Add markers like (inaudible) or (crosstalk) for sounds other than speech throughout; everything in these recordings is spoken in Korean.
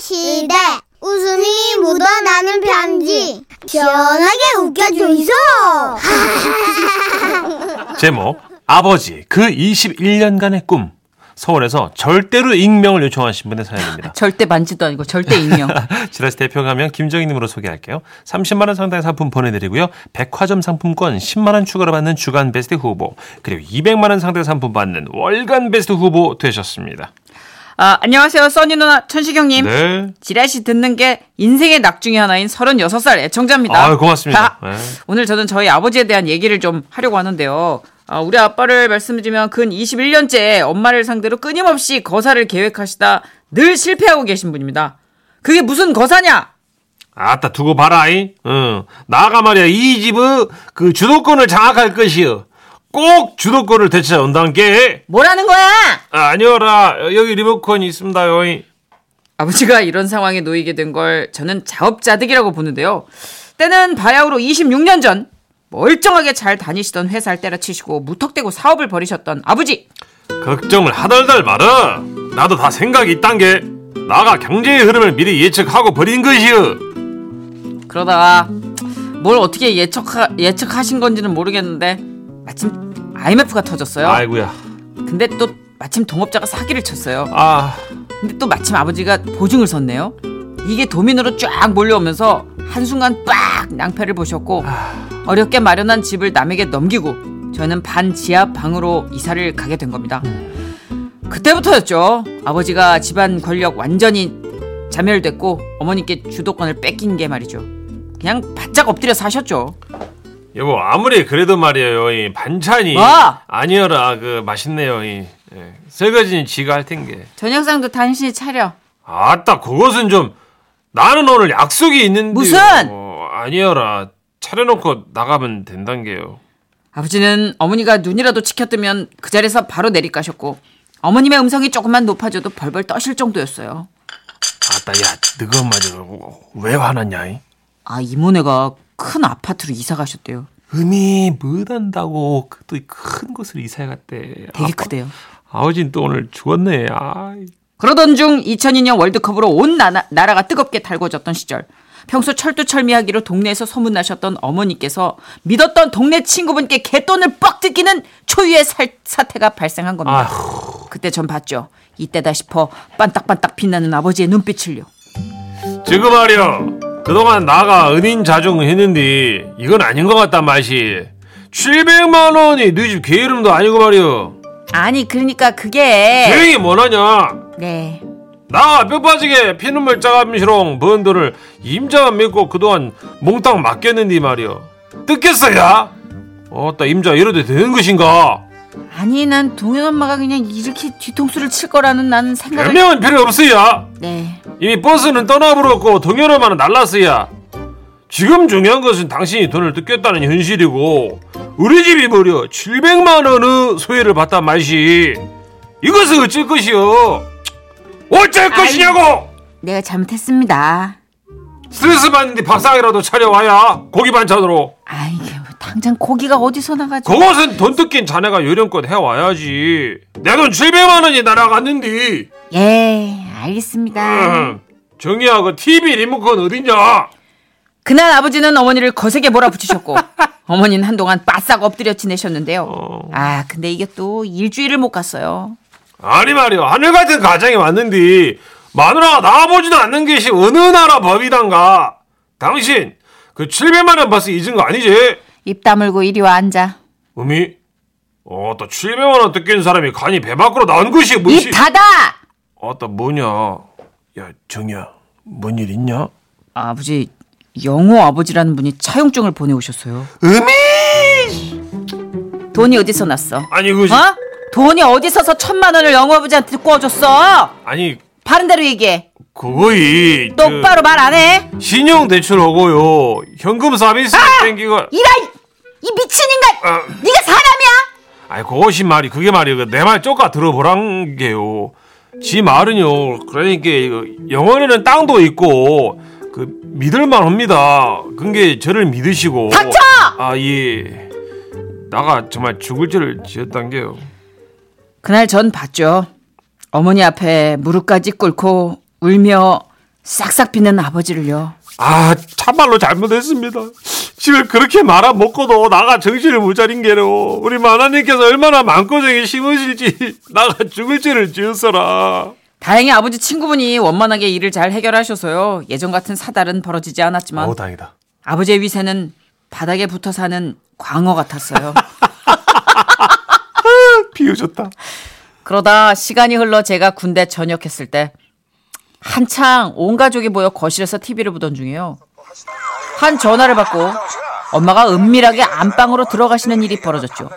시대 웃음이 묻어나는 편지 시원하게 웃겨주이소 제목 아버지 그 21년간의 꿈 서울에서 절대로 익명을 요청하신 분의 (laughs) 사연입니다. 절대 만지도 아니고 절대 익명. 지라시 대표 가면 김정희님으로 소개할게요. 30만 원 상당의 상품 보내드리고요. 백화점 상품권 10만 원 추가로 받는 주간 베스트 후보 그리고 200만 원 상당의 상품 받는 월간 베스트 후보 되셨습니다. 아, 안녕하세요. 써니 누나 천시경님. 네. 지라시 듣는 게 인생의 낙 중의 하나인 36살 애청자입니다. 아 고맙습니다. 아, 네. 오늘 저는 저희 아버지에 대한 얘기를 좀 하려고 하는데요. 아, 우리 아빠를 말씀드리면 근 21년째 엄마를 상대로 끊임없이 거사를 계획하시다 늘 실패하고 계신 분입니다. 그게 무슨 거사냐? 아따 두고 봐라이. 응. 나가 말이야 이 집의 그 주도권을 장악할 것이여. 꼭 주도권을 되찾아온다는 게 뭐라는 거야? 아니어라 여기 리모컨이 있습니다요. 아버지가 이런 상황에 놓이게 된 걸 저는 자업자득이라고 보는데요. 때는 바야흐로 26년 전 멀쩡하게 잘 다니시던 회사를 때려치시고 무턱대고 사업을 벌이셨던 아버지. 걱정을 하덜덜 말아. 나도 다 생각이 있단 게 나가 경제의 흐름을 미리 예측하고 버린 것이여. 그러다가 뭘 어떻게 예측하, 예측하신 건지는 모르겠는데 마침 IMF가 터졌어요. 아이고야. 근데 또 마침 동업자가 사기를 쳤어요. 아 근데 또 마침 아버지가 보증을 섰네요. 이게 도민으로 쫙 몰려오면서 한순간 빡 낭패를 보셨고 어렵게 마련한 집을 남에게 넘기고 저는 반 지하 방으로 이사를 가게 된 겁니다. 그때부터였죠. 아버지가 집안 권력 완전히 자멸됐고 어머니께 주도권을 뺏긴 게 말이죠. 그냥 바짝 엎드려 사셨죠. 여보 아무리 그래도 말이에요. 이 반찬이 뭐? 아니어라 그 맛있네요. 이 예. 설거지는 지가 할 텐게. 저녁상도 당신이 차려. 아따 그것은 좀 나는 오늘 약속이 있는데 무슨? 아니어라 차려놓고 나가면 된단 게요. 아버지는 어머니가 눈이라도 치켜뜨면 그 자리에서 바로 내리까셨고 어머님의 음성이 조금만 높아져도 벌벌 떠실 정도였어요. 아따 야 너것마저 왜 화났냐? 이? 아 이모네가 큰 아파트로 이사 가셨대요. 음이 못한다고 그 또 큰 곳을 이사 갔대. 아, 되게 크대요. 아버진 또 오늘 죽었네. 아, 그러던 중 2002년 월드컵으로 온 나라, 나라가 뜨겁게 달궈졌던 시절 평소 철두철미하기로 동네에서 소문나셨던 어머니께서 믿었던 동네 친구분께 개돈을 뻑 뜯기는 초유의 살- 사태가 발생한 겁니다. 아휴. 그때 전 봤죠. 이때다 싶어 반딱반딱 빛나는 아버지의 눈빛을요. 지금 말이요. 그동안 나가 은인 자중 했는데 이건 아닌 것 같단 맛이. 700만 원이 네 집 게이름도 아니고 말이요. 아니 그러니까 그게 대행이 뭐하냐? 네 나 뼈빠지게 피눈물 짜감시롱 번 돈을 임자만 믿고 그동안 몽땅 맡겼는디 말이여 뜯겠어야 어따 임자 이러도 되는 것인가 아니 난 동현 엄마가 그냥 이렇게 뒤통수를 칠 거라는 나는 생각을 변명은 필요 없어야 네 이미 버스는 떠나버렸고 동현엄마는 날랐어야 지금 중요한 것은 당신이 돈을 뜯겼다는 현실이고 우리 집이 무려 700만 원의 소외를 받단 말이시 이것은 어쩔 것이여 어쩔 것이냐고 내가 잘못했습니다. 스트레스 받는데 밥상이라도 차려와야 고기 반찬으로 아 이게 뭐 당장 고기가 어디서 나가죠? 그것은 돈 뜯긴 자네가 요령껏 해와야지 내 돈 700만 원이 날아갔는데 예 알겠습니다. 음, 정희야 그 TV 리모컨 어딨냐 그날 아버지는 어머니를 (laughs) 거세게 몰아붙이셨고 어머니는 한동안 바싹 엎드려 어. 지내셨는데요. 아 근데 이게 또 일주일을 못 갔어요. 아니 말이야 하늘같은 가정이 왔는데 마누라가 나와보지도 않는 것이 어느 나라 법이단가 당신 그 700만 원 벌써 잊은 거 아니지? 입 다물고 이리 와 앉아. 음이? 어따 700만 원 뜯긴 사람이 간이 배 밖으로 나온 것이 뭐지? 입 닫아. 아따 뭐냐 야 정희야 뭔 일 있냐? 아버지 영호 아버지라는 분이 차용증을 보내오셨어요. 음이 돈이 어디서 났어? 아니 그지 어? 돈이 어디서서 천만 원을 영호 아버지한테 꿔줬어? 아니 바른 대로 얘기해. 그거이 똑바로 말 안 해. 그 신용 대출하고요 현금 서비스 아! 땡기고 이라 이- 이 미친 인간. 아, 네가 사람이야? 아니 그것이 말이 그게 말이요 내 말 쪼까 들어보란 게요 지 말은요 그러니까 이거 영원에는 땅도 있고 그 믿을만 합니다 그게 저를 믿으시고 닥쳐! 아예 나가 정말 죽을 죄를 지었단 게요 그날 전 봤죠. 어머니 앞에 무릎까지 꿇고 울며 싹싹 빛내는 아버지를요. 아 참말로 잘못했습니다. 집을 그렇게 말아먹고도 나가 정신을 못 차린 게로 우리 마나님께서 얼마나 마음고생이 심으실지 (laughs) 나가 죽을 죄를 지었어라. 다행히 아버지 친구분이 원만하게 일을 잘 해결하셔서요. 예전 같은 사달은 벌어지지 않았지만 어우 다행이다. 아버지의 위세는 바닥에 붙어 사는 광어 같았어요. 비웃었다. 그러다 시간이 흘러 제가 군대 전역했을 때 한창 온 가족이 모여 거실에서 TV를 보던 중이에요. 한 전화를 받고 엄마가 은밀하게 안방으로 들어가시는 일이 벌어졌죠.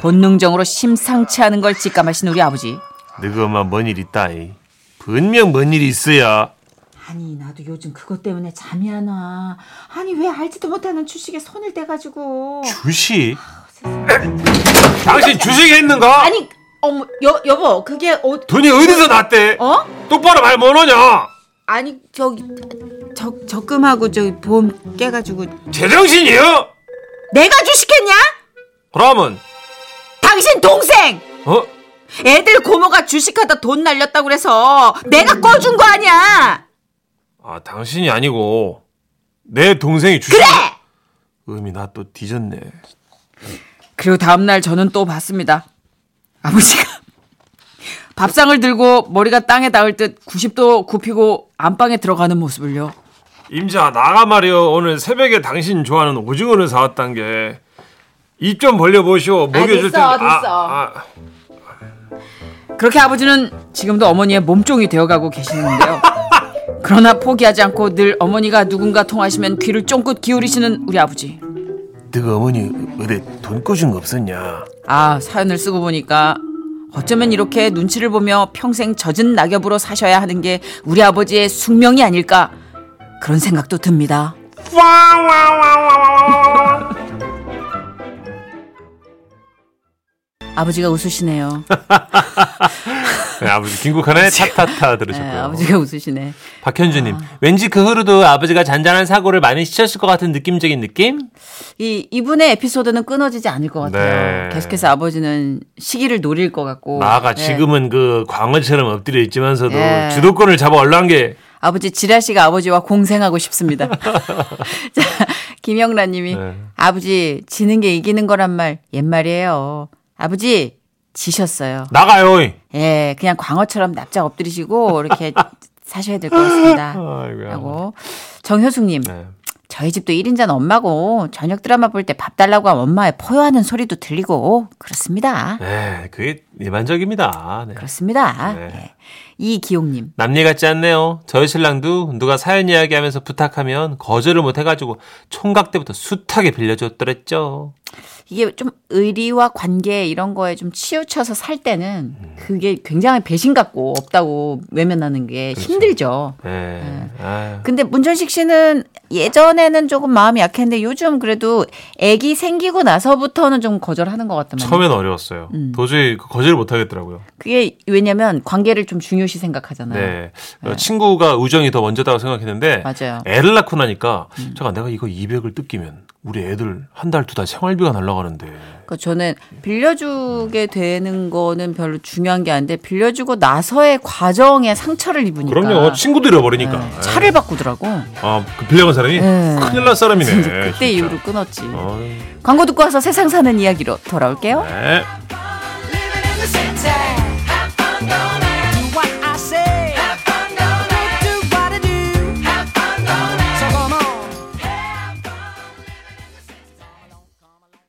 본능적으로 심상치 않은 걸 직감하신 우리 아버지. 너희 엄마 뭔일 있다이. 분명 뭔 일이 있어야. 아니 나도 요즘 그것 때문에 잠이 안 와. 아니 왜 알지도 못하는 주식에 손을 대가지고. 주식? 당신 주식 했는가? 아니 어머 여 여보 그게 어 돈이 어디서 났대? 어? 똑바로 말 못하냐? 아니 저기 저 적금하고 저 보험 깨가지고 제정신이요? 내가 주식했냐? 그러면 당신 동생 어? 애들 고모가 주식하다 돈 날렸다고 그래서 내가 꺼준 거 아니야 아 당신이 아니고 내 동생이 주식. 그래 음이 나 또 뒤졌네. 그리고 다음날 저는 또 봤습니다 아버지가 (laughs) 밥상을 들고 머리가 땅에 닿을 듯 90도 굽히고 안방에 들어가는 모습을요 임자 나가 말이여 오늘 새벽에 당신 좋아하는 오징어를 사왔단 게. 입 좀 벌려 보시오. 먹여줄 텐데. 됐어, 됐어. 아, 그렇게 아버지는 지금도 어머니의 몸종이 되어가고 계시는데요. 그러나 포기하지 않고 늘 어머니가 누군가 통하시면 귀를 쫑긋 기울이시는 우리 아버지. 네가 어머니 어디 돈 꺼준 거 없었냐? 아 사연을 쓰고 보니까 어쩌면 이렇게 눈치를 보며 평생 젖은 낙엽으로 사셔야 하는 게 우리 아버지의 숙명이 아닐까 그런 생각도 듭니다. 아버지가 웃으시네요. 네, 아버지 김국환의 차타타 들으셨고요. 네, 아버지가 웃으시네. 박현주님, 왠지 그 후로도 아버지가 잔잔한 사고를 많이 시켰을 것 같은 느낌적인 느낌? 이 이분의 에피소드는 끊어지지 않을 것 같아요. 네. 계속해서 아버지는 시기를 노릴 것 같고. 나아가 네. 지금은 그 광어처럼 엎드려 있지만서도 예. 주도권을 잡아 얼란 게 아버지 지라 씨가 아버지와 공생하고 싶습니다. (laughs) 자, 김영란 님이 네. 아버지 지는 게 이기는 거란 말 옛말이에요. 아버지 지셨어요. 나가요. 이. 예, 그냥 광어처럼 납작 엎드리시고 (laughs) 이렇게 사셔야 될 것 같습니다. 아이고야. 하고 정효숙 님. 네. 저희 집도 1인자는 엄마고 저녁 드라마 볼 때 밥 달라고 한 엄마의 포효하는 소리도 들리고 그렇습니다. 네, 그게 일반적입니다. 네. 그렇습니다. 네. 예. 이기용님. 남일 같지 않네요. 저희 신랑도 누가 사연 이야기하면서 부탁하면 거절을 못 해가지고 총각 때부터 숱하게 빌려줬더랬죠. 이게 좀 의리와 관계 이런 거에 좀 치우쳐서 살 음. 때는 그게 굉장히 배신 같고 없다고 외면하는 게 그렇죠. 힘들죠. 네. 아유. 근데 문천식 씨는 예전에는 조금 마음이 약했는데 요즘 그래도 아기 생기고 나서부터는 좀 거절하는 것 같단 말이에요. 처음엔 어려웠어요. 도저히 그 거절을 못 하겠더라고요. 그게 왜냐면 관계를 좀 중요시 생각하잖아요. 네. 어, 친구가 우정이 더 먼저다고 생각했는데 맞아요. 음. 애를 낳고 나니까 잠깐 내가 이거 200을 뜯기면 우리 애들 한 달 두 달 생활비가 날아가는데 그러니까 저는 빌려주게 되는 거는 별로 중요한 게 아닌데 빌려주고 나서의 과정에 상처를 입으니까 그럼요. 친구 들여버리니까. 그러니까. 네, 차를 바꾸더라고. 아, 그 빌려간 사람이 네. 큰일 날 사람이네. (laughs) 그때 진짜. 이후로 끊었지. 어, 광고 듣고 와서 세상 사는 이야기로 돌아올게요. 네.